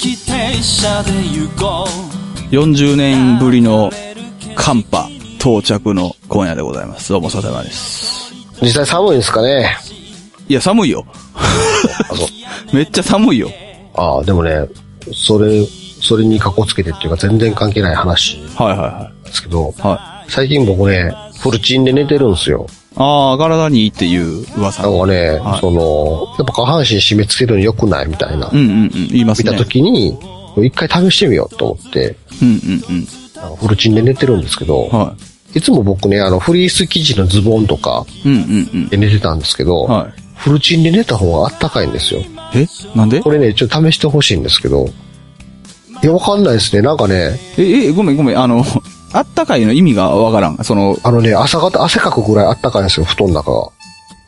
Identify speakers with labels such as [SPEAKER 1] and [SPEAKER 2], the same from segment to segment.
[SPEAKER 1] 列車で行こ
[SPEAKER 2] 40年ぶりの寒波到着の今夜でございます。どうも、佐々山です。
[SPEAKER 3] 実際寒いんですかね
[SPEAKER 2] いや、寒いよ。
[SPEAKER 3] あ、そう。
[SPEAKER 2] めっちゃ寒いよ。
[SPEAKER 3] ああ、でもね、それ、それにかこつけてっていうか全然関係ない話なん
[SPEAKER 2] はいはいは
[SPEAKER 3] ですけど、
[SPEAKER 2] い。はい。
[SPEAKER 3] 最近僕ね、フルチンで寝てるんですよ。
[SPEAKER 2] ああ、体にいいっていう噂。
[SPEAKER 3] な
[SPEAKER 2] うん
[SPEAKER 3] かね、
[SPEAKER 2] はい
[SPEAKER 3] その、やっぱ下半身締め付けるの良くないみたいな、
[SPEAKER 2] んうんうん。言います
[SPEAKER 3] 見
[SPEAKER 2] ね。
[SPEAKER 3] たときに、一回試してみようと思って、
[SPEAKER 2] うんうん
[SPEAKER 3] あのフルチンで寝てるんですけど、
[SPEAKER 2] うん。はい
[SPEAKER 3] つも僕ね、あの、フリース生地のズボンとか
[SPEAKER 2] い。うんうん
[SPEAKER 3] で寝てたんですけど、
[SPEAKER 2] うん。は
[SPEAKER 3] フルチンで寝た方があったかいんですよ。
[SPEAKER 2] い。えなんで
[SPEAKER 3] これね、ちょっと試してほしいんですけど、いや、わかんないですね。なんかね、
[SPEAKER 2] え、え、ごめんごめん。あの、あったかいの意味がわからん。その、
[SPEAKER 3] あのね、朝方、汗かくぐらいあったかいんですよ、布団の中が。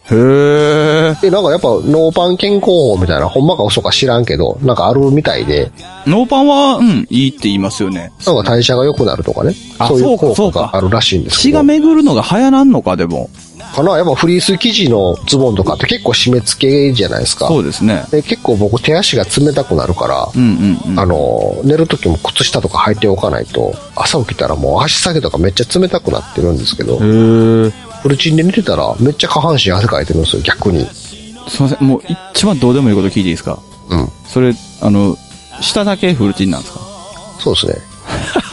[SPEAKER 2] へえ。
[SPEAKER 3] で、なんかやっぱ、ノーパン健康法みたいな、ほんまか嘘か知らんけど、なんかあるみたいで、
[SPEAKER 2] ノーパンは、うん、いいって言いますよね。
[SPEAKER 3] なんか代謝が良くなるとかね、
[SPEAKER 2] あ
[SPEAKER 3] そうい
[SPEAKER 2] そう
[SPEAKER 3] う
[SPEAKER 2] かそ
[SPEAKER 3] 効
[SPEAKER 2] う
[SPEAKER 3] 果
[SPEAKER 2] か
[SPEAKER 3] があるらしいんですけ
[SPEAKER 2] 血
[SPEAKER 3] ど
[SPEAKER 2] が。巡るのが早なんのか、でも。
[SPEAKER 3] かなやっぱフリース生地のズボンとかって結構締め付けじゃないですか。
[SPEAKER 2] そうですね。
[SPEAKER 3] で結構僕手足が冷たくなるから、
[SPEAKER 2] うんうん
[SPEAKER 3] あの、寝る時も靴下とか履いておかないと、朝起きたらもう足先とかめっちゃ冷たくなってるんですけど、
[SPEAKER 2] うん。へえ。
[SPEAKER 3] フルチンで寝てたらめっちゃ下半身汗かいてるんですよ、逆に。
[SPEAKER 2] すいません、もう一番どうでもいいこと聞いていいですか
[SPEAKER 3] うん。
[SPEAKER 2] それ、あの、下だけフルチンなんですか
[SPEAKER 3] そうですね。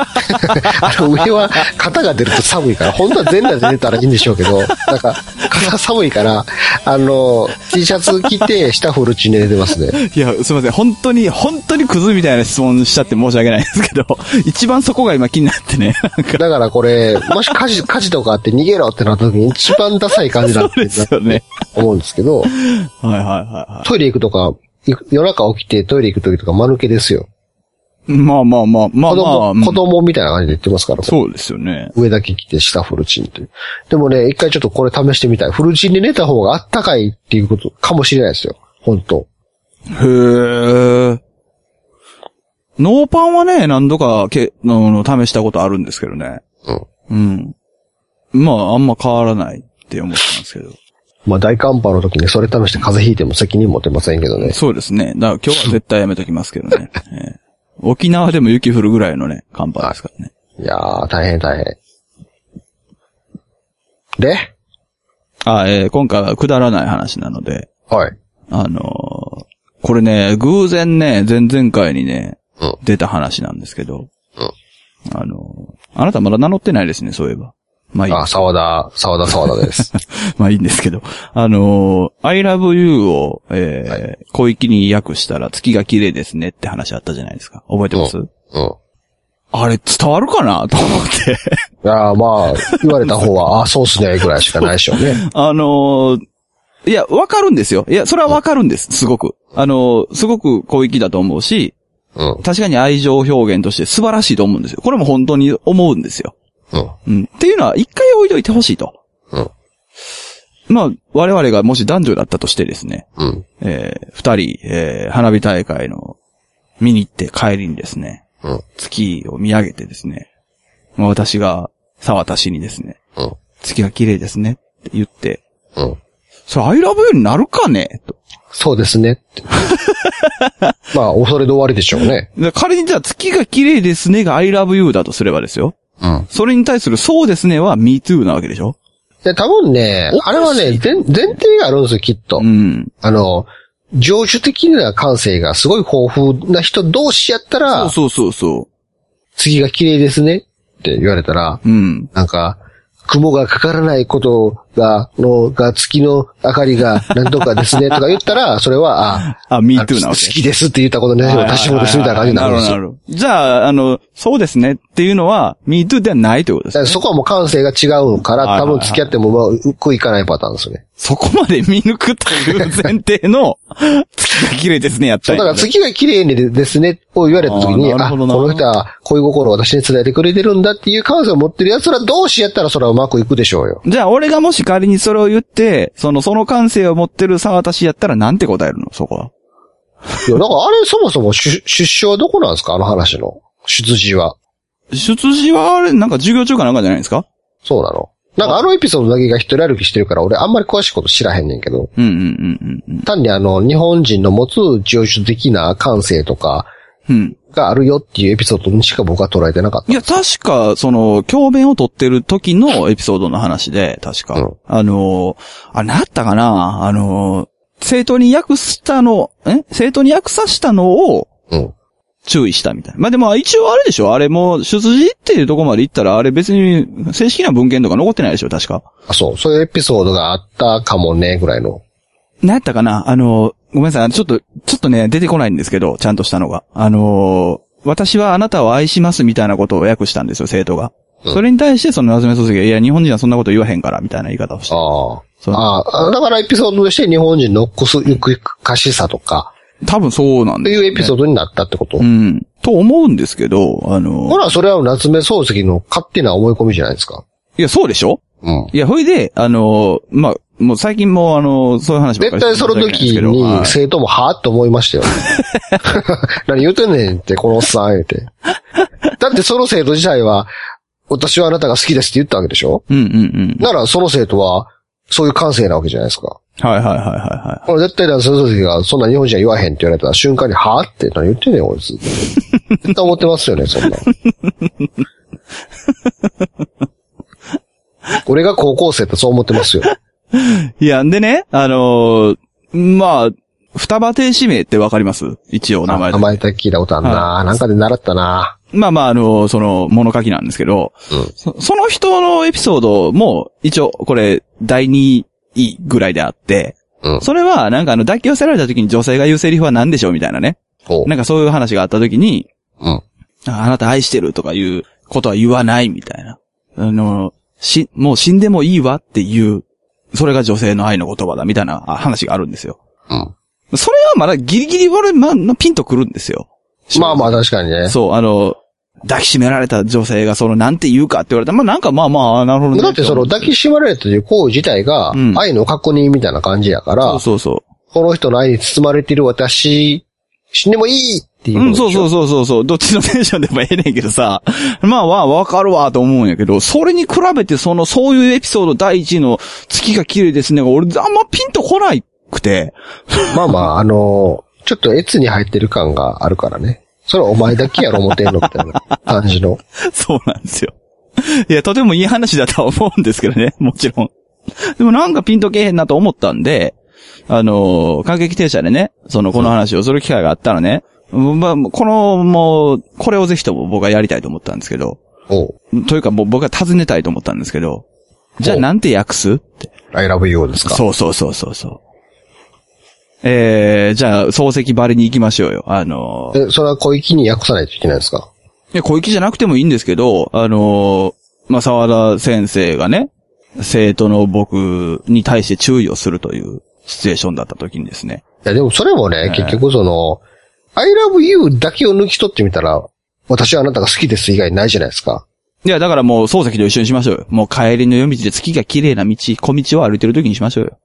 [SPEAKER 3] あの上は肩が出ると寒いから、本当は全裸で出たらいいんでしょうけど、なんか肩寒いから、あの、T シャツ着て下フルチンで寝てますね。
[SPEAKER 2] いや、すいません、本当に、本当にクズみたいな質問しちゃって申し訳ないですけど、 一番そこが今気になって ね、なんか、
[SPEAKER 3] だからこれ、もし火事、 火事とかあって逃げろってなった時に一番ダサい感じだっ
[SPEAKER 2] そう
[SPEAKER 3] て
[SPEAKER 2] ですよね。
[SPEAKER 3] 思うんですけど、
[SPEAKER 2] はいはいはいは
[SPEAKER 3] トイレ行くとか、い夜中起きてトイレ行く時とか間抜けですよ。
[SPEAKER 2] い。まあまあまあ、まあ
[SPEAKER 3] 子
[SPEAKER 2] ま
[SPEAKER 3] 供、
[SPEAKER 2] あ、うん
[SPEAKER 3] 子供みたいな感じで言ってますから、
[SPEAKER 2] そうですよね。
[SPEAKER 3] 上だけ着て下フルチンっていう。でもね、一回ちょっとこれ試してみたい。フルチンで寝た方があったかいっていうことかもしれないですよ。本当
[SPEAKER 2] へー。ノーパンはね、何度かけあの試したことあるんですけどね。
[SPEAKER 3] うん。
[SPEAKER 2] うん。まあ、あんま変わらないって思ってたんですけど。
[SPEAKER 3] まあ大寒波の時にそれ試して風邪ひいても責任持てませんけどね。
[SPEAKER 2] そうですね。だから今日は絶対やめときますけどね。 ええ沖縄でも雪降るぐらいのね、寒波ですからね。
[SPEAKER 3] いやー、大変大変。で
[SPEAKER 2] あ、えー今回はくだらない話なので、
[SPEAKER 3] はい。
[SPEAKER 2] あのーこれね、偶然ね、前々回にね、
[SPEAKER 3] うん
[SPEAKER 2] 出た話なんですけど、
[SPEAKER 3] うん
[SPEAKER 2] あのーあなたまだ名乗ってないですね、そういえば。まあいい。
[SPEAKER 3] あ、沢田、沢田沢田です。
[SPEAKER 2] まあいいんですけど。あのー I love you を、えー小域に訳したら月が綺麗ですねって話あったじゃないですか。覚えてます、
[SPEAKER 3] うん。
[SPEAKER 2] あれ伝わるかなと思って。
[SPEAKER 3] いやーまあ、言われた方は、あ、そうっすね、ぐらいしかないでしょうね。
[SPEAKER 2] あのーいや、わかるんですよ。いや、それはわかるんです、すごく。あのーすごく広域だと思うし、
[SPEAKER 3] うん。
[SPEAKER 2] 確かに愛情表現として素晴らしいと思うんですよ。これも本当に思うんですよ。
[SPEAKER 3] う
[SPEAKER 2] う
[SPEAKER 3] ん。
[SPEAKER 2] ん。っていうのは、一回置いといてほしいと。
[SPEAKER 3] うん。
[SPEAKER 2] まあ、我々がもし男女だったとしてですね、
[SPEAKER 3] うん。
[SPEAKER 2] えー二人、えー花火大会の見に行って帰りにですね、
[SPEAKER 3] うん。
[SPEAKER 2] 月を見上げてですね、まあ、私が、沢田氏にですね、
[SPEAKER 3] うん。
[SPEAKER 2] 月が綺麗ですねって言って、
[SPEAKER 3] うん。
[SPEAKER 2] それ、アイラブユーになるかねと。
[SPEAKER 3] そうですね って。まあ、恐れで終わりでしょうね。
[SPEAKER 2] で仮にじゃあ、月が綺麗ですねが I love you だとすればですよ。
[SPEAKER 3] うん。
[SPEAKER 2] それに対するそうですねは me too なわけでしょ
[SPEAKER 3] で、多分ね
[SPEAKER 2] お、かしい
[SPEAKER 3] あれはね、前、前提があるんですよ、きっと。
[SPEAKER 2] うん。
[SPEAKER 3] あの、情緒的な感性がすごい豊富な人同士やった
[SPEAKER 2] そ
[SPEAKER 3] ら
[SPEAKER 2] う、そうそうそ
[SPEAKER 3] 次が綺麗ですねって言われたら、
[SPEAKER 2] う。うん。
[SPEAKER 3] なんか、雲がかからないことが、の、が、月の明かりがなんとかですねとか言ったら、それは、あ、
[SPEAKER 2] あ、me too な
[SPEAKER 3] 好
[SPEAKER 2] わけ。
[SPEAKER 3] きですって言ったことね、私もですみたいな感じになるんです
[SPEAKER 2] な
[SPEAKER 3] よ。
[SPEAKER 2] るほどなるほどじゃあ、あの、そうですねっていうのは me too ではないということで
[SPEAKER 3] だか
[SPEAKER 2] す
[SPEAKER 3] ら
[SPEAKER 2] ね。
[SPEAKER 3] そこはもう感性が違うか
[SPEAKER 2] はいは
[SPEAKER 3] ら、
[SPEAKER 2] いは
[SPEAKER 3] 多
[SPEAKER 2] い
[SPEAKER 3] 分付き合ってもまあううくいかないパターンですよね。
[SPEAKER 2] そこまで見抜くという前提の 月が綺麗ですねやった
[SPEAKER 3] そ
[SPEAKER 2] ん
[SPEAKER 3] う、
[SPEAKER 2] や
[SPEAKER 3] だから次が綺麗にですね、を言われた時に、
[SPEAKER 2] あー
[SPEAKER 3] あ
[SPEAKER 2] なるほど
[SPEAKER 3] こ
[SPEAKER 2] な
[SPEAKER 3] の人は恋心を私に伝えてくれてるんだっていう感性を持ってる奴ら同士やったらそれはうまくいくでしょうよ。
[SPEAKER 2] じゃあ、俺がもし仮にそれを言って、その、その感性を持ってる沢田氏やったらなんて答えるのそこは。
[SPEAKER 3] いや、だからあれそもそも出出生はどこなんですかあの話の。出自は。
[SPEAKER 2] 出自はあれ、なんか授業中かなんかじゃないですか
[SPEAKER 3] そうなの。なんかあのエピソードだけが一人歩きしてるから俺あんまり詳しいこと知らへんねんけど。
[SPEAKER 2] うんうんうんうんうん。
[SPEAKER 3] 単にあの、日本人の持つ情緒的な感性とか、
[SPEAKER 2] うん。
[SPEAKER 3] があるよっていうエピソードにしか僕は捉えてなかっ
[SPEAKER 2] いや、確か、その、教鞭を取ってる時のエピソードの話で、確か。
[SPEAKER 3] うん
[SPEAKER 2] あのー、あ、なったかなあのー、生徒に訳したの、え生徒に訳さしたのを
[SPEAKER 3] た。うん。
[SPEAKER 2] 注意したみたいな。まあ、でも一応あれでしょあれも、出自っていうとこまで行ったら、あれ別に正式な文献とか残ってないでしょ確か。
[SPEAKER 3] あ、そう。そういうエピソードがあったかもね、ぐらいの。
[SPEAKER 2] なんやったかなあの、ごめんなさい。ちょっと、ちょっとね、出てこないんですけど、ちゃんとしたのが。あのー、私はあなたを愛しますみたいなことを訳したんですよ、生徒が。
[SPEAKER 3] うん
[SPEAKER 2] それに対して、その夏目漱石が、いや、日本人はそんなこと言わへんから、みたいな言い方をして。
[SPEAKER 3] ああ。
[SPEAKER 2] そう
[SPEAKER 3] ああ、だからエピソードとして日本人のこす、ゆくゆくかしさとか、
[SPEAKER 2] 多分そうなん
[SPEAKER 3] と
[SPEAKER 2] です
[SPEAKER 3] い
[SPEAKER 2] よ
[SPEAKER 3] う
[SPEAKER 2] ね
[SPEAKER 3] エピソードになったってこと。
[SPEAKER 2] うん。と思うんですけど、あの
[SPEAKER 3] ほ
[SPEAKER 2] ー、
[SPEAKER 3] ら、それは夏目漱石の勝手な思い込みじゃないですか。
[SPEAKER 2] いや、そうでしょ
[SPEAKER 3] うん。
[SPEAKER 2] いや、ほいで、あのー、まあ、もう最近も、あのー、そういう話ばっか
[SPEAKER 3] 絶
[SPEAKER 2] り
[SPEAKER 3] 対その
[SPEAKER 2] 申し訳ないん
[SPEAKER 3] 時
[SPEAKER 2] ですけどはい
[SPEAKER 3] に生徒もはぁって思いましたよ。 何言うてんねんって、このおっさん言うて。だってその生徒自体は、私はあなたが好きですって言ったわけでしょ
[SPEAKER 2] うんうんうん。
[SPEAKER 3] ならその生徒は、そういう感性なわけじゃないですか。
[SPEAKER 2] はいはいはいはいは
[SPEAKER 3] これ絶対だ、その時が、そんな日本人は言わへんって言われたら瞬間に、はぁって何言ってんねん、こいつ。絶対思ってますよね、そんな。俺が高校生ってそう思ってますよ。
[SPEAKER 2] い。いや、んでね、あのー、まあ、双葉亭指名ってわかります一応名前
[SPEAKER 3] 名前だけ聞いたことあんな。なんかで習ったな。
[SPEAKER 2] まあまあ、あの、その、物書きなんですけど、
[SPEAKER 3] うん
[SPEAKER 2] そその人のエピソードも、一応、これ、第2位ぐらいであって、
[SPEAKER 3] うん
[SPEAKER 2] それは、なんかあの、抱き寄せられた時に女性が言うセリフは何でしょうみたいなね。
[SPEAKER 3] おう
[SPEAKER 2] なんかそういう話があった時に、
[SPEAKER 3] うん。
[SPEAKER 2] ああなた愛してるとかいうことは言わないみたいな。あの、し、もう死んでもいいわっていう、それが女性の愛の言葉だみたいなあ話があるんですよ。
[SPEAKER 3] うん。
[SPEAKER 2] それはまだギリギリ俺、まあ、ピンとくるんですよ。
[SPEAKER 3] まあまあ確かにね。
[SPEAKER 2] そう、あの、抱きしめられた女性がその、なんて言うかって言われたら、まあなんかまあまあ、なるほどね。
[SPEAKER 3] だってその抱きしめられたという行為自体が
[SPEAKER 2] うん
[SPEAKER 3] 愛の確認みたいな感じやから、
[SPEAKER 2] そうそうそ。
[SPEAKER 3] この人の愛に包まれている私、死んでもいいっていううこと
[SPEAKER 2] うん、
[SPEAKER 3] でしょ。
[SPEAKER 2] そうそうそうそうそう。どっちのテンションでもええねんけどさ。 まあまあ、わかるわと思うんやけど、それに比べてその、そういうエピソード第一の月が綺麗ですねが。俺、あんまピンとこないくて。
[SPEAKER 3] まあまあ、あのーちょっとエツに入ってる感があるからね。それはお前だけやろ思ってんのみたいな感 じの。
[SPEAKER 2] そうなんですよ。いや、とてもいい話だとは思うんですけどね、 もちろん。でもなんかピンとけえへんなと思ったんで、あのー、感激停車でね、その、この話をする機会があったらね、うんまあ、この、もう、これをぜひとも僕はやりたいと思ったんですけど、
[SPEAKER 3] おう
[SPEAKER 2] というかもう僕は尋ねたいと思ったんですけど、じゃあ
[SPEAKER 3] お
[SPEAKER 2] なんて訳すって。
[SPEAKER 3] I love you ですか。
[SPEAKER 2] そうそうそうそうそう。えー、じゃあ、漱石バレに行きましょうよ。あのー、
[SPEAKER 3] え、それは小粋に訳さないといけないんですか
[SPEAKER 2] いや、小粋じゃなくてもいいんですけど、あのーまあ、沢田先生がね、生徒の僕に対して注意をするというシチュエーションだった時にですね。
[SPEAKER 3] いや、でもそれもね、結局その、I love you だけを抜き取ってみたら、私はあなたが好きです以外ないじゃないですか。
[SPEAKER 2] いや、だからもう漱石と一緒にしましょうよ。もう帰りの夜道で月が綺麗な道、小道を歩いてる時にしましょうよ。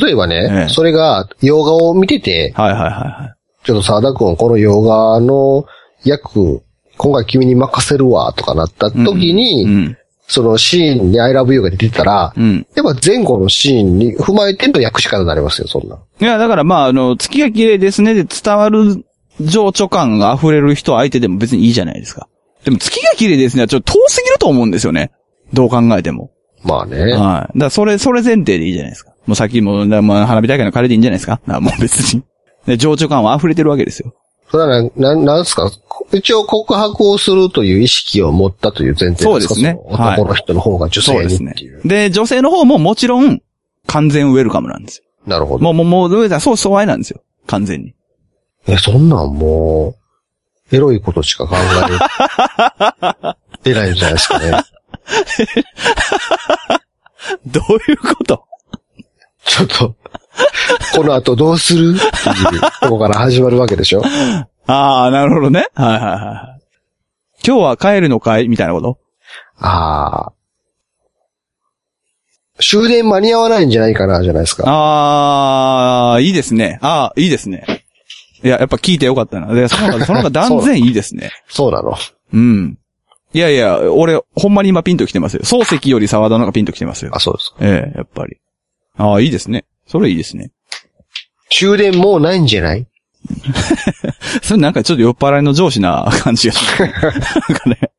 [SPEAKER 3] 例えばね、
[SPEAKER 2] ええ
[SPEAKER 3] それが洋画を見てて、
[SPEAKER 2] はいはいはいはい。
[SPEAKER 3] ちょっと沢田くん、この洋画の役、今回君に任せるわ、とかなった時に、
[SPEAKER 2] うん。
[SPEAKER 3] そのシーンに I love you が出てたら、
[SPEAKER 2] うん。
[SPEAKER 3] やっぱ前後のシーンに踏まえての訳し方になりますよ、そんな。
[SPEAKER 2] いや、だからまあ、あの、月が綺麗ですねで伝わる情緒感が溢れる人相手でも別にいいじゃないですか。でも月が綺麗ですねはちょっと遠すぎると思うんですよね。どう考えても。
[SPEAKER 3] まあね。
[SPEAKER 2] はい。だからそれ、それ前提でいいじゃないですか。もうさっきも、だまあ、花火大会の彼でいいんじゃないですか あもう別に。で、情緒感は溢れてるわけですよ。
[SPEAKER 3] それはな、ななんですかこ一応告白をするという意識を持ったという前提ですか
[SPEAKER 2] そうですね
[SPEAKER 3] の男の人の方が女
[SPEAKER 2] そう
[SPEAKER 3] 性
[SPEAKER 2] です
[SPEAKER 3] にっ
[SPEAKER 2] ね
[SPEAKER 3] ていう。。
[SPEAKER 2] で、女性の方ももちろん、完全ウェルカムなんですよ。
[SPEAKER 3] なるほど。
[SPEAKER 2] もう、もう、もう、どうやったらそう、そう愛なんですよ。完全 に。
[SPEAKER 3] え、そんなんもう、エロいことしか考えてないじゃないで すかね。
[SPEAKER 2] どういうこと
[SPEAKER 3] ちょっと、この後どうするっていうとこから始まるわけでしょ。
[SPEAKER 2] ああ、なるほどね。はいはいはいはい。今日は帰るのかいみたいなこと
[SPEAKER 3] ああ。終電間に合わないんじゃないかな、じゃないですか。
[SPEAKER 2] ああ、いいですね。ああ、いいですね。いや、やっぱ聞いてよかったな。で、その方が、その方が断然いいですね。
[SPEAKER 3] そうなの。
[SPEAKER 2] うん。いやいや、俺、ほんまに今ピンときてますよ。漱石より沢田の方がピンときてますよ
[SPEAKER 3] あ、。そうですか。
[SPEAKER 2] ええ、やっぱり。ああ、いいですね。それいいですね。
[SPEAKER 3] 終電もうないんじゃない
[SPEAKER 2] それなんかちょっと酔っ払いの上司な 感じがする。なんかね。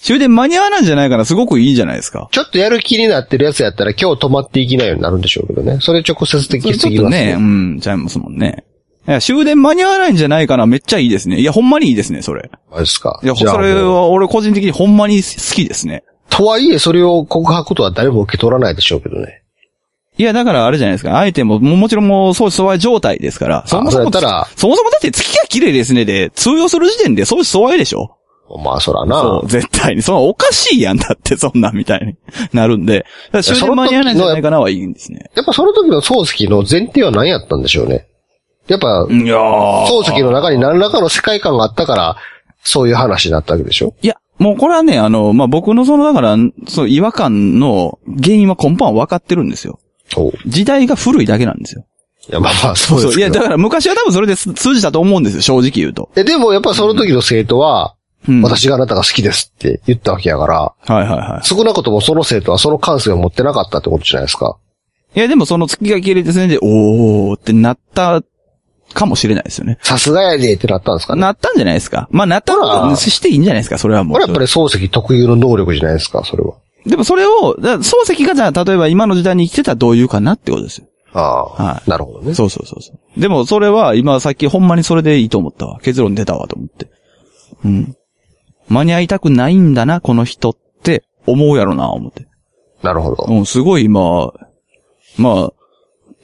[SPEAKER 2] 終電間に合わないんじゃないかな、すごくいいんじゃないですか。
[SPEAKER 3] ちょっとやる気になってるやつやったら今日泊まっていきなようになるんでしょうけどね。それ直接的
[SPEAKER 2] それち
[SPEAKER 3] す
[SPEAKER 2] ょっ
[SPEAKER 3] ぎ
[SPEAKER 2] と
[SPEAKER 3] ます
[SPEAKER 2] ね、
[SPEAKER 3] ね。
[SPEAKER 2] うん、ちゃいますもんね。いや、終電間に合わないんじゃないかな、めっちゃいいですね。いや、ほんまにいいですね、それ。
[SPEAKER 3] あれですか。
[SPEAKER 2] いや、
[SPEAKER 3] じゃあ
[SPEAKER 2] それは俺個人的にほんまに好きですね。
[SPEAKER 3] とはいえ、それを告白とは誰も受け取らないでしょうけどね。
[SPEAKER 2] いや、だからあれじゃないですか。相手も、ももちろんもう、そう、そういう状態ですから。そもそ
[SPEAKER 3] そうや
[SPEAKER 2] も
[SPEAKER 3] っ、たら、
[SPEAKER 2] そもそもだって月が綺麗ですねで、通用する時点で、そうしそういでしょ
[SPEAKER 3] まあそらな。
[SPEAKER 2] そう、絶対に。そのおかしいやんだって、 そんなんみたいになるんで。だから終電間に合わないんじゃないかなはいいんですね。
[SPEAKER 3] やっぱその時の漱石の前提は何やったんでしょうね。やっぱ、
[SPEAKER 2] いやー
[SPEAKER 3] 漱石の中に何らかの世界観があったから、そういう話になったわけでしょ
[SPEAKER 2] いや、もうこれはね、あの、まあ、僕のその、だから、そう、違和感の原因は根本は分かってるんですよ。
[SPEAKER 3] おうい
[SPEAKER 2] 時代が古いだけなんですよ。
[SPEAKER 3] や、まあまあ、そうです
[SPEAKER 2] い
[SPEAKER 3] け
[SPEAKER 2] や、
[SPEAKER 3] ど。
[SPEAKER 2] だから昔は多分それで通通じたと思うんですよ、正直言うと。
[SPEAKER 3] え、でもやっぱその時の生徒は、
[SPEAKER 2] うん。
[SPEAKER 3] 私があなたが好きですって言ったわけやから、
[SPEAKER 2] はいはいはい。
[SPEAKER 3] 少なくともその生徒はその感性を持ってなかったってことじゃないですか。
[SPEAKER 2] いや、でもその月が切れてせんで、おーってなったかもしれないですよね。
[SPEAKER 3] さすがやでってなったんですかね。
[SPEAKER 2] なったんじゃないですか。まあ、なった
[SPEAKER 3] ほ
[SPEAKER 2] ら
[SPEAKER 3] ら
[SPEAKER 2] していいんじゃないですか、それはも
[SPEAKER 3] これはやっぱ
[SPEAKER 2] う。
[SPEAKER 3] り漱石特有の能力じゃないですか、それは。
[SPEAKER 2] でもそれを、だ漱石がじゃあ、例えば今の時代に生きてたらどういうかなってことですよ。
[SPEAKER 3] ああ、
[SPEAKER 2] は
[SPEAKER 3] なるほどね。
[SPEAKER 2] そうそうそうそう。でもそれは今さっきほんまにそれでいいと思ったわ。結論出たわと思って。うん。間に合いたくないんだな、この人って思うやろな、思って。
[SPEAKER 3] なるほど。
[SPEAKER 2] うん、すごい今、まあ、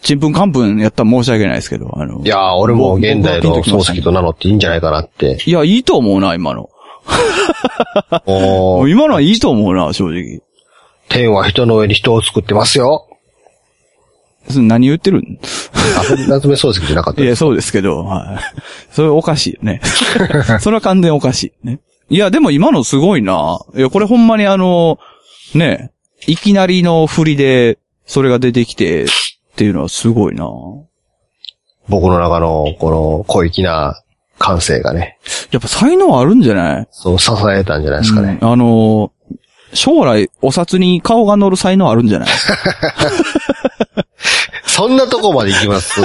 [SPEAKER 2] ちんぷんかんぷんやったら申し訳ないですけど、あの。
[SPEAKER 3] いやー、俺も現代
[SPEAKER 2] 僕
[SPEAKER 3] の
[SPEAKER 2] はピンときました
[SPEAKER 3] 漱石と名乗っていいんじゃないかな って。
[SPEAKER 2] いや、いいと思うな、今の。
[SPEAKER 3] おー
[SPEAKER 2] 今のはいいと思うな、正直。
[SPEAKER 3] 天は人の上に人を作ってま すよ。
[SPEAKER 2] それ何言ってるん
[SPEAKER 3] あ、夏目漱石じゃなかった
[SPEAKER 2] い
[SPEAKER 3] です。
[SPEAKER 2] や、そうですけど、はい。 それおかしいよね。それは完全おかしい。ね。いや、でも今のすごいな。いや、これほんまにあの、ね、いきなりの振りで、それが出てきて、っていうのはすごいな。
[SPEAKER 3] 僕の中の、この、小粋な感性がね、
[SPEAKER 2] やっぱ才能あるんじゃない
[SPEAKER 3] そう支えたんじゃないですかね。
[SPEAKER 2] うんあの、将来、お札に顔が乗る才能あるんじゃない
[SPEAKER 3] そんなとこまで行きます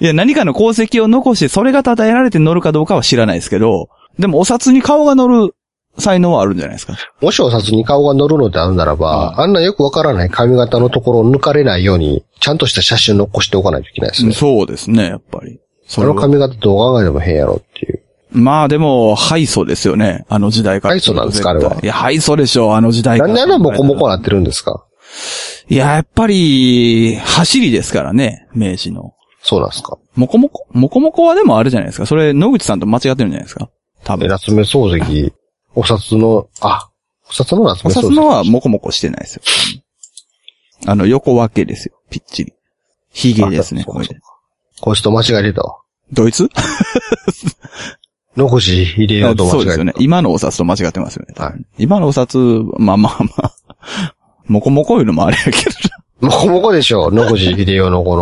[SPEAKER 2] いや、何かの功績を残して、それが称えられて乗るかどうかは知らないですけど、でもお札に顔が乗る才能はあるんじゃないですか。
[SPEAKER 3] もしお札に顔が乗るのであるならば、あんなよくわからない髪型のところを抜かれないように、ちゃんとした写真を残しておかないといけないですね。
[SPEAKER 2] そうですね、やっぱり。そ
[SPEAKER 3] そ
[SPEAKER 2] れ
[SPEAKER 3] の
[SPEAKER 2] は
[SPEAKER 3] 髪型どう考えても変やろっていう。
[SPEAKER 2] まあでも、敗訴ですよね。あの時代から。
[SPEAKER 3] 敗訴なんですかあれはい
[SPEAKER 2] や、敗訴でしょう、あの時代
[SPEAKER 3] な
[SPEAKER 2] か
[SPEAKER 3] ん
[SPEAKER 2] ら。
[SPEAKER 3] であんなボコボコなってるんですか
[SPEAKER 2] いや、やっぱり、走りですからね、明治の。
[SPEAKER 3] そうなんですか
[SPEAKER 2] もこもこもこもこはでもあれじゃないですか。それ、野口さんと間違ってるんじゃないですか。多
[SPEAKER 3] え
[SPEAKER 2] 分。
[SPEAKER 3] 夏目漱石、お札の、あ、お札の夏
[SPEAKER 2] お
[SPEAKER 3] 目漱石。
[SPEAKER 2] 札のはもこもこしてないですよ。あの、横分けですよ。ぴっちり。髭ですね、
[SPEAKER 3] あそう
[SPEAKER 2] こ
[SPEAKER 3] か
[SPEAKER 2] れ
[SPEAKER 3] そうか
[SPEAKER 2] で。
[SPEAKER 3] こいつと間違えてたわ。
[SPEAKER 2] ドイツ
[SPEAKER 3] 野口入れようと
[SPEAKER 2] そう
[SPEAKER 3] 間
[SPEAKER 2] で
[SPEAKER 3] 違え
[SPEAKER 2] すよ
[SPEAKER 3] て
[SPEAKER 2] ね。
[SPEAKER 3] た。
[SPEAKER 2] 今のお札と間違ってますよね。
[SPEAKER 3] はい
[SPEAKER 2] 今のお札、まあまあまあ。 もこもこいうのもあれやけど。
[SPEAKER 3] もこもこでしょ、野口入れようのこ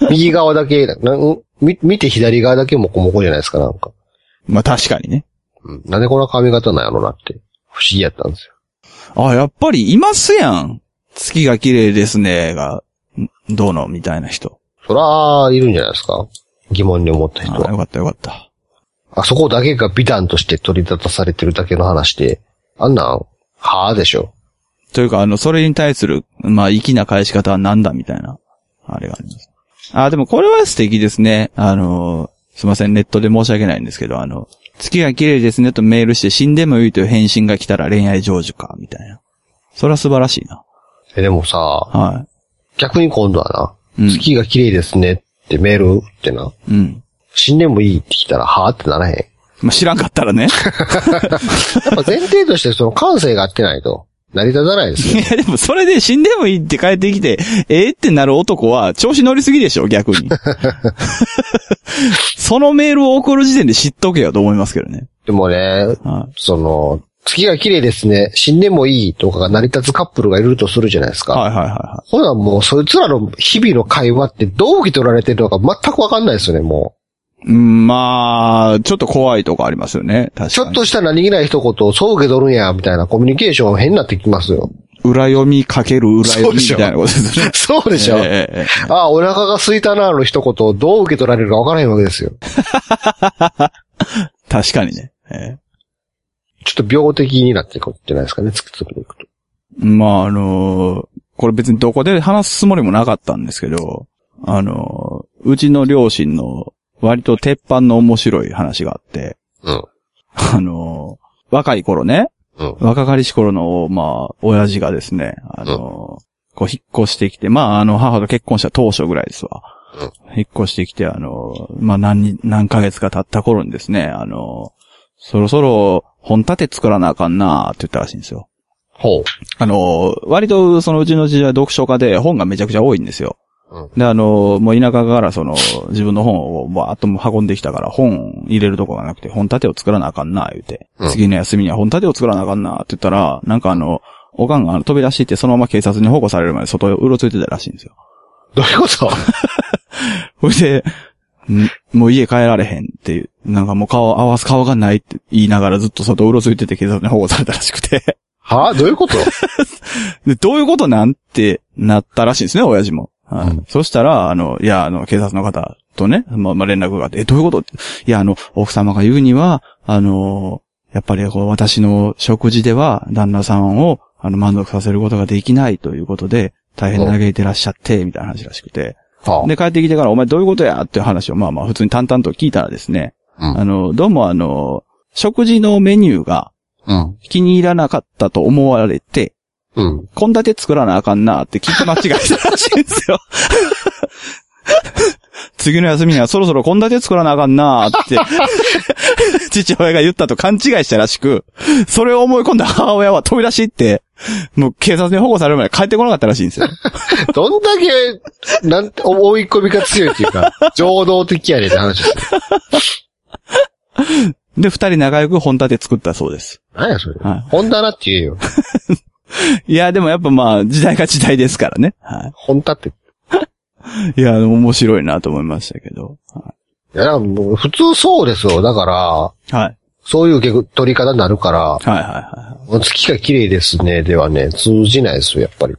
[SPEAKER 3] の、右側だけ、なんみ見て左側だけもこもこじゃないですか、なんか。
[SPEAKER 2] まあ確かにね。
[SPEAKER 3] うんなんでこんな髪型なんやろなって、不思議やったんですよ。
[SPEAKER 2] あ、やっぱりいますやん。月が綺麗ですね、が、んどうのみたいな人。
[SPEAKER 3] そら、いるんじゃないですか疑問に思った人
[SPEAKER 2] あ
[SPEAKER 3] は。
[SPEAKER 2] よかったよかった。
[SPEAKER 3] あそこだけが美談として取り立たされてるだけの話で、あんなん、はあでしょ。
[SPEAKER 2] というか、あの、それに対する、まあ、粋な返し方はなんだみたいな、あれがあります。あ、でもこれは素敵ですね。あの、すいません、ネットで申し訳ないんですけど、あの、月が綺麗ですねとメールして死んでもいいという返信が来たら恋愛成就か、みたいな。それは素晴らしいな。
[SPEAKER 3] え、でもさ、
[SPEAKER 2] は
[SPEAKER 3] 逆に今度は
[SPEAKER 2] うん
[SPEAKER 3] な、月が綺麗ですねってメール打ってな、
[SPEAKER 2] い。うん。
[SPEAKER 3] 死んでもいいって来たら、はあってならへん。
[SPEAKER 2] まあ、知らんかったらね。
[SPEAKER 3] やっぱ前提としてその感性が合ってないと、成り立たないです
[SPEAKER 2] い
[SPEAKER 3] ね。
[SPEAKER 2] や、でもそれで死んでもいいって帰ってきて、ええってなる男は調子乗りすぎでしょ、逆に。そのメールを送る時点で知っとけよと思いますけどね。
[SPEAKER 3] でもね、
[SPEAKER 2] は
[SPEAKER 3] その、月が綺麗ですね、死んでもいいとかが成り立つカップルがいるとするじゃないです
[SPEAKER 2] い、
[SPEAKER 3] か。
[SPEAKER 2] はい、はいは
[SPEAKER 3] ほらもう、そいつらの日々の会話ってどう受け取られてるのか全くわかんないですよね、も
[SPEAKER 2] い。うんまあ、ちょっと怖いとこありますよね。確かに。
[SPEAKER 3] う。ちょっとした何気ない一言をそう受け取るんや、みたいなコミュニケーション変になってきますよ。
[SPEAKER 2] 裏読みかける裏読みみたいなことですね。
[SPEAKER 3] そうでし
[SPEAKER 2] え
[SPEAKER 3] ょ、
[SPEAKER 2] えええええ
[SPEAKER 3] ああ、お腹が空いたな、の一言をどう受け取られるかわからへんわけですよ。
[SPEAKER 2] 確かにね。え
[SPEAKER 3] ちょっと病的になっていくんじゃないですかね、突き詰めていくと。
[SPEAKER 2] えまあ、あのーこれ別にどこで話すつもりもなかったんですけど、あのーうちの両親の割と鉄板の面白い話があって、
[SPEAKER 3] うん。
[SPEAKER 2] あのー若い頃ね、
[SPEAKER 3] うん。
[SPEAKER 2] 若かりし頃の、まあ、親父がですね、あの、こう引っ越してきて、まあ、あの、母と結婚した当初ぐらいですわ。引っ越してきて、あの、まあ、何日、何ヶ月か経った頃にですね、あの、そろそろ本立て作らなあかんなあって言ったらしいんですよ。
[SPEAKER 3] ほう。
[SPEAKER 2] あの、割とそのうちの父親は読書家で本がめちゃくちゃ多いんですよ。
[SPEAKER 3] うん
[SPEAKER 2] で、あの、もう田舎からその、自分の本をバーっと運んできたから、本入れるとこがなくて、本立てを作らなあかんな、言うて。
[SPEAKER 3] うん
[SPEAKER 2] 次の休みには本立てを作らなあかんな、って言ったら、なんかあの、おかんがあの飛び出していって、そのまま警察に保護されるまで外をうろついてたらしいんですよ。
[SPEAKER 3] どういうこと
[SPEAKER 2] ほいで、んもう家帰られへんっていう、なんかもう顔合わす顔がないって言いながらずっと外をうろついてて警察に保護されたらしくて。
[SPEAKER 3] はあ、どういうこと
[SPEAKER 2] で、どういうことなんてなったらしいんですね、親父も。はい
[SPEAKER 3] うん
[SPEAKER 2] そしたら、あの、いや、あの、警察の方とね、まあ、まあ、連絡があって、え、どういうことっていや、あの、奥様が言うには、あの、やっぱりこう、私の食事では、旦那さんを、あの、満足させることができないということで、大変嘆いてらっしゃって、みたいな話らしくて。
[SPEAKER 3] は
[SPEAKER 2] で、帰ってきてから、お前どういうことやっていう話を、まあまあ、普通に淡々と聞いたらですね、
[SPEAKER 3] あ、
[SPEAKER 2] あの、どうもあの、食事のメニューが
[SPEAKER 3] うん。うん。
[SPEAKER 2] 気に入らなかったと思われて、
[SPEAKER 3] うん。
[SPEAKER 2] こんだけ作らなあかんなって聞いて間違えたらしいんですよ。 次の休みにはそろそろこんだけ作らなあかんなって、 父親が言ったと勘違いしたらしく、それを思い込んだ母親は飛び出し行って、もう警察に保護されるまで帰ってこなかったらしいんですよ。
[SPEAKER 3] どんだけ、なんて、思い込みが強いっていうか、情動的やねんって話ですよ。
[SPEAKER 2] で、二人仲良く本立て作ったそうです。
[SPEAKER 3] 何やそれ。
[SPEAKER 2] は
[SPEAKER 3] 本棚って言えよ。
[SPEAKER 2] いや、でもやっぱまあ、時代が時代ですからね。は
[SPEAKER 3] 本棚って。い
[SPEAKER 2] い。いや、面白いなと思いましたけど。は
[SPEAKER 3] や、だからもう普通そうですよ。だから、
[SPEAKER 2] い。はい。
[SPEAKER 3] そういう受け取り方になるから、
[SPEAKER 2] はいはいは
[SPEAKER 3] お月が綺麗ですね、ではね、通じないですよ、やっぱり。
[SPEAKER 2] い。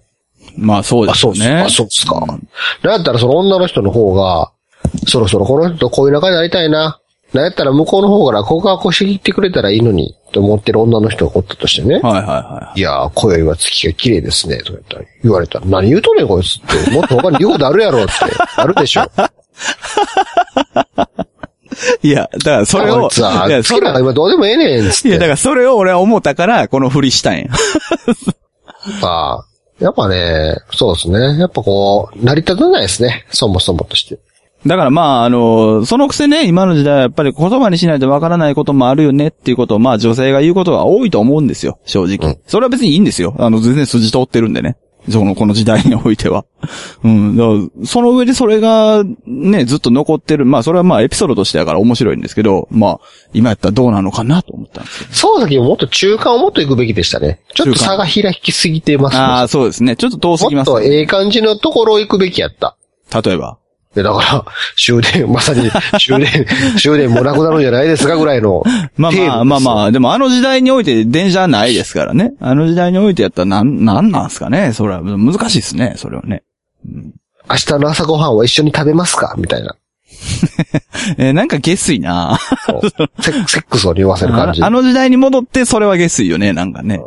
[SPEAKER 2] まあそうで
[SPEAKER 3] あ、
[SPEAKER 2] す
[SPEAKER 3] そう
[SPEAKER 2] よ
[SPEAKER 3] っす
[SPEAKER 2] ね。
[SPEAKER 3] か。あ、そうっすか
[SPEAKER 2] う。
[SPEAKER 3] なんやったらその女の人の方が、そろそろこの人と恋仲になりたいな。なんやったら向こうの方から告白をしてきてくれたらいいのに、と思ってる女の人がおったとしてね。
[SPEAKER 2] はいはいはい。
[SPEAKER 3] いやー、今宵は月が綺麗ですね、とか言ったら、言われたら、何言うとんねん、こいつって。もっと他に言うことあるやろ、って。あるでしょ。
[SPEAKER 2] いや、だから それ
[SPEAKER 3] こ
[SPEAKER 2] を
[SPEAKER 3] い、つはい
[SPEAKER 2] や、
[SPEAKER 3] 月
[SPEAKER 2] それ
[SPEAKER 3] なんか今どうでもええねん、つっ
[SPEAKER 2] いや、だ
[SPEAKER 3] て。
[SPEAKER 2] からそれを俺は思 ったから、この振りしたんや。
[SPEAKER 3] あーやっぱね、そうですね。やっぱこう、成り立たないですね。そもそもとして。
[SPEAKER 2] だからまあ、あの、そのくせね、今の時代はやっぱり言葉にしないとわからないこともあるよねっていうことを、まあ女性が言うことが多いと思うんですよ、正直。
[SPEAKER 3] うん
[SPEAKER 2] それは別にいいんですよ。あの、全然筋通ってるんでね。その、この時代においては。うん。だからその上でそれが、ね、ずっと残ってる。まあ、それはまあ、エピソードとしてだから面白いんですけど、まあ、今やったらどうなのかなと思ったん ですよ。
[SPEAKER 3] その時もっと中間をもっと行くべきでしたね。ちょっと差が開きすぎてますね。
[SPEAKER 2] ああ、そうですね。ちょっと遠すぎ
[SPEAKER 3] も
[SPEAKER 2] ま
[SPEAKER 3] っ
[SPEAKER 2] す
[SPEAKER 3] とええ感じのところを行くべきやった。
[SPEAKER 2] 例えば。
[SPEAKER 3] で、だから、終電、まさに 終電、終電もなくなるんじゃないですかぐらいの。
[SPEAKER 2] まあ
[SPEAKER 3] テー
[SPEAKER 2] まあ
[SPEAKER 3] マです
[SPEAKER 2] まあまあ、でもあの時代において電車はないですからね。あの時代においてやったらなん、なんなんすかねそれは難しいですね、それはね。
[SPEAKER 3] 明日の朝ごはんは一緒に食べますかみたいな。
[SPEAKER 2] えーなんか下水な
[SPEAKER 3] こうセックセックスを匂わせる
[SPEAKER 2] あ
[SPEAKER 3] 感 じ。
[SPEAKER 2] のあの時代に戻ってそれは下水よね、なんかね。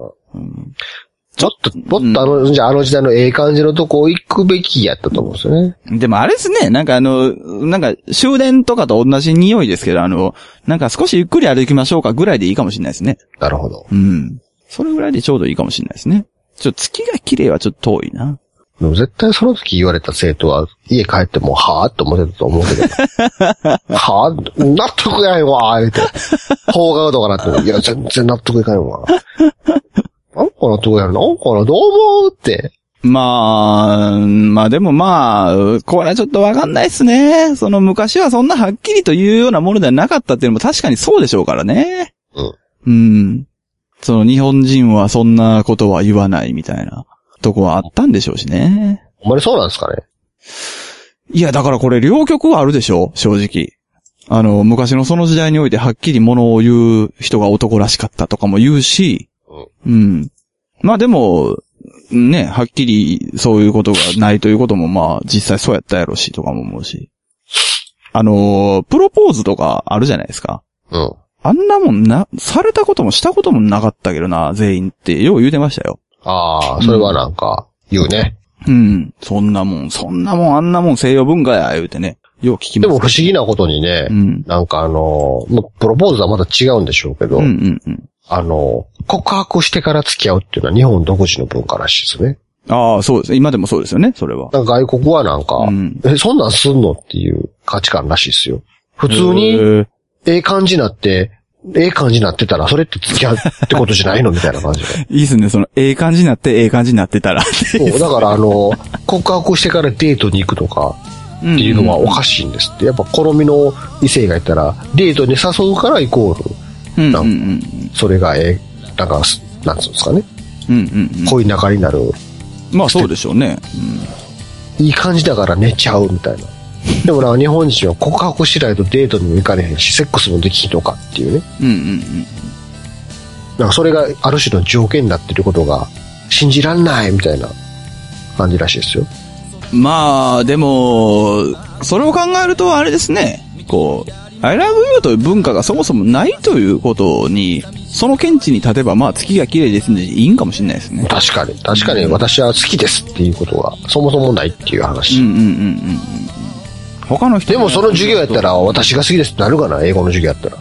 [SPEAKER 3] ちょっと、もっとあの、じゃああの時代のええ感じのとこを行くべきやったと思うんですよね。
[SPEAKER 2] でもあれですね、なんかあの、なんか終電とかと同じ匂いですけど、あの、なんか少しゆっくり歩きましょうかぐらいでいいかもしれないですね。
[SPEAKER 3] なるほど。
[SPEAKER 2] うん。それぐらいでちょうどいいかもしれないですね。ちょ、月が綺麗はちょっと遠いな。
[SPEAKER 3] でも絶対その時言われた生徒は、家帰っても、はぁって思ってたと思うけど。 はぁ納得やんわーって。方顔とかなって、いや、全然納得いかんわ。なんか納得やるなんかな、どう思うって。
[SPEAKER 2] まあ、まあでもまあ、これはちょっとわかんないっすね。その昔はそんなはっきりというようなものではなかったっていうのも確かにそうでしょうからね。
[SPEAKER 3] うん。
[SPEAKER 2] うん。その日本人はそんなことは言わないみたいなとこはあったんでしょうしね。
[SPEAKER 3] ほんまにそうなんですかね。
[SPEAKER 2] いや、だからこれ両極はあるでしょう、正直。あの、昔のその時代においてはっきり物を言う人が男らしかったとかも言うし、
[SPEAKER 3] うん
[SPEAKER 2] うん。まあでも、ね、はっきりそういうことがないということも、まあ、実際そうやったやろし、とかも思うし。あのープロポーズとかあるじゃないですか。
[SPEAKER 3] うん。
[SPEAKER 2] あんなもんな、されたこともしたこともなかったけどな、全員って、よう言うてましたよ。
[SPEAKER 3] ああ、それはなんか、言うね。
[SPEAKER 2] うん。そんなもん、そんなもん、あんなもん西洋文化や、言うてね。よう聞き
[SPEAKER 3] で
[SPEAKER 2] ます
[SPEAKER 3] も
[SPEAKER 2] よ。
[SPEAKER 3] 不思議なことにね、
[SPEAKER 2] うん。
[SPEAKER 3] なんかあの、まプロポーズはまた違うんでしょうけど、
[SPEAKER 2] うんうんうん。
[SPEAKER 3] あの、告白してから付き合うっていうのは日本独自の文化らしいですね。
[SPEAKER 2] ああ、そうです。今でもそうですよね、それは。
[SPEAKER 3] なんか外国はなんか、
[SPEAKER 2] うん
[SPEAKER 3] え、そんなんすんのっていう価値観らしいですよ。普通
[SPEAKER 2] へ
[SPEAKER 3] に、
[SPEAKER 2] ー
[SPEAKER 3] ええ感じになって、ええ感じになってたら、それって付き合うってことじゃないのみたいな感じで。
[SPEAKER 2] いい ですね、その、ええ感じになって、ええ感じになってたら。
[SPEAKER 3] そう、だからあの、告白してからデートに行くとか
[SPEAKER 2] って
[SPEAKER 3] っていうのはおかしいんですって。やっぱ好みの異性がいたら、デートに誘うからイコール、
[SPEAKER 2] うんうん
[SPEAKER 3] な
[SPEAKER 2] うんうん。
[SPEAKER 3] それがええ、なんか、すなんつうんですかね、
[SPEAKER 2] うんうんうん。
[SPEAKER 3] 恋仲になる、
[SPEAKER 2] まあそうでしょうね。うん
[SPEAKER 3] いい感じだから寝ちゃうみたいな。でもなんか日本人は告白しないとデートにも行かれへんし、セックスもできひんのかっていうね。
[SPEAKER 2] うんうんうん。
[SPEAKER 3] なんかそれがある種の条件になってることが信じらんないみたいな感じらしいですよ。
[SPEAKER 2] まあ、でも、それを考えるとあれですね。こう、I love you という文化がそもそもないということに、その見地に立てば、まあ月が綺麗ですね、いいんかもしれないですね。
[SPEAKER 3] 確かに。確かに私は好きですっていうことがそもそもないっていう
[SPEAKER 2] うん
[SPEAKER 3] 話。
[SPEAKER 2] うんうんうんうん。他の人
[SPEAKER 3] でもその授業やったら私が好きですってなるかな英語の授業やったら。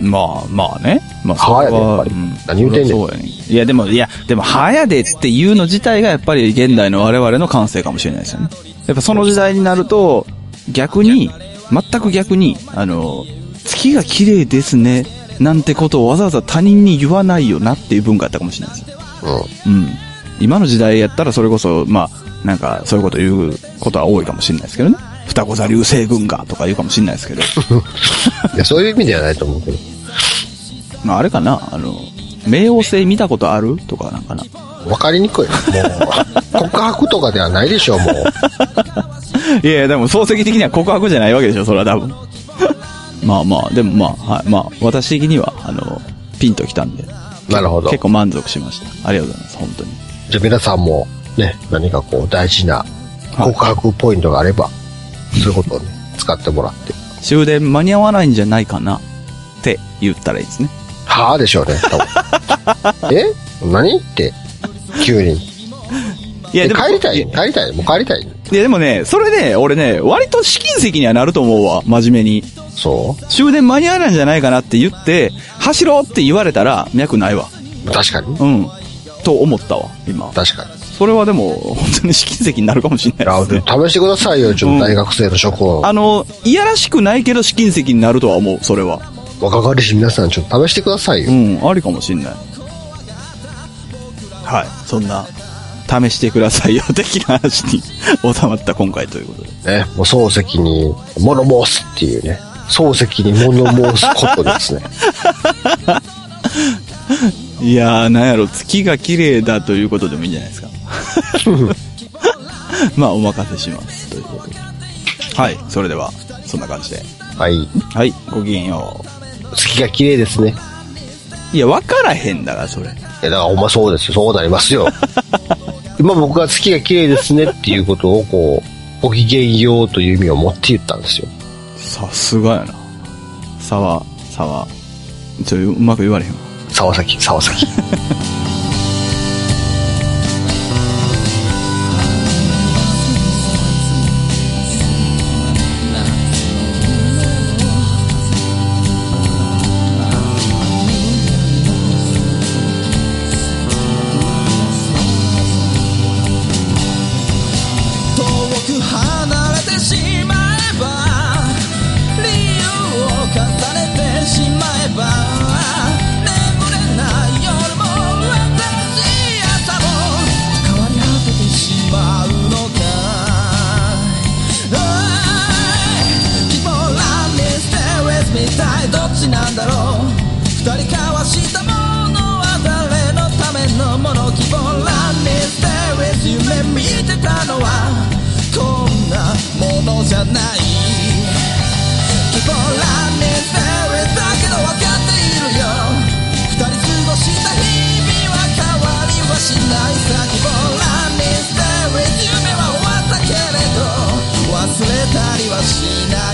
[SPEAKER 2] まあまあね。まあ
[SPEAKER 3] はやでやっぱり
[SPEAKER 2] うん
[SPEAKER 3] 何言うてんねん
[SPEAKER 2] そうやねいやでも、いや、でも、はやでっつって言うの自体がやっぱり現代の我々の感性かもしれないですよね。やっぱその時代になると、逆に、全く逆に、あの、月が綺麗ですね、なんてことをわざわざ他人に言わないよなっていう文化やったかもしれないですよ。
[SPEAKER 3] う
[SPEAKER 2] うん。今の時代やったらそれこそ、まあ、なんか、そういうこと言うことは多いかもしれないですけどね。双子座流星群がとか言うかもしれないですけど。
[SPEAKER 3] ん。いや、そういう意味ではないと思うけど。
[SPEAKER 2] まあ、あれかなあの、冥王星見たことあるとかなんかな。
[SPEAKER 3] わかりにくい。もう、告白とかではないでしょう、もう。
[SPEAKER 2] いやいや、でも漱石的には告白じゃないわけでしょ、それは多分。 まあまあ、でもまあ、はい、まあ、私的には、あの、ピンときたんで、
[SPEAKER 3] なるほど。
[SPEAKER 2] 結構満足しました。ありがとうございます、本当に。
[SPEAKER 3] じゃあ皆さんもね、何かこう大事な告白ポイントがあれば、そういうことをね、使ってもらって。
[SPEAKER 2] 終電間に合わないんじゃないかなって言ったらいいですね。
[SPEAKER 3] はあでしょうね、多分 え何って、急に。
[SPEAKER 2] いや、
[SPEAKER 3] え
[SPEAKER 2] でも、
[SPEAKER 3] 帰りた
[SPEAKER 2] い
[SPEAKER 3] い
[SPEAKER 2] や
[SPEAKER 3] 帰りたいもう帰りたい
[SPEAKER 2] いやでもね、それね、俺ね、割と試金石にはなると思うわ、真面目に。
[SPEAKER 3] そ
[SPEAKER 2] 終電間に合わないんじゃないかなって言って、走ろうって言われたら、脈ないわ。
[SPEAKER 3] う確かに。
[SPEAKER 2] うん。と思ったわ、今。
[SPEAKER 3] 確かに。
[SPEAKER 2] それはでも、本当に試金石になるかもしれないですね。
[SPEAKER 3] 試してくださいよ、ちょっと大学生の職を。
[SPEAKER 2] あの、いやらしくないけど試金石になるとは思う、それは。
[SPEAKER 3] 若かりし皆さん、ちょっと試してくださいうよ。
[SPEAKER 2] ん、ありかもしんない。はい、そんな、試してくださいよ、的な話に収まった今回ということで。
[SPEAKER 3] ね、もう漱石に物申すっていうね。漱石に物申すことですね。
[SPEAKER 2] いやー、なんやろ、月が綺麗だということでもいいんじゃないですか。 まあ、お任せします、ということで。はい、それでは、そんな感じで。
[SPEAKER 3] はい。
[SPEAKER 2] はい、ごきげんよ
[SPEAKER 3] 月が綺麗ですね。
[SPEAKER 2] う。いや、わからへんだが、それ。
[SPEAKER 3] いや、だからほんまそうですよ。そうなりますよ。今僕が月が綺麗ですねっていうことをこう、ご機嫌ようという意味を持って言ったんですよ。
[SPEAKER 2] さすがやな。さわ、さわ。ちょ、うまく言われへんわ。
[SPEAKER 3] 沢崎、沢崎。
[SPEAKER 1] 遠く離れてしまえば理由を重ねてしまえば眠れない夜も私朝も変わり果ててしまうのかい Keep on running stay with me 一体どっちなんだろう二人交わしたものは誰のためのもの希望 Running stay with you 夢見てたのはこんなものじゃない希望 Running stay with だけど分かっているよ二人過ごした日々は変わりはしないさ希望 Running りはしない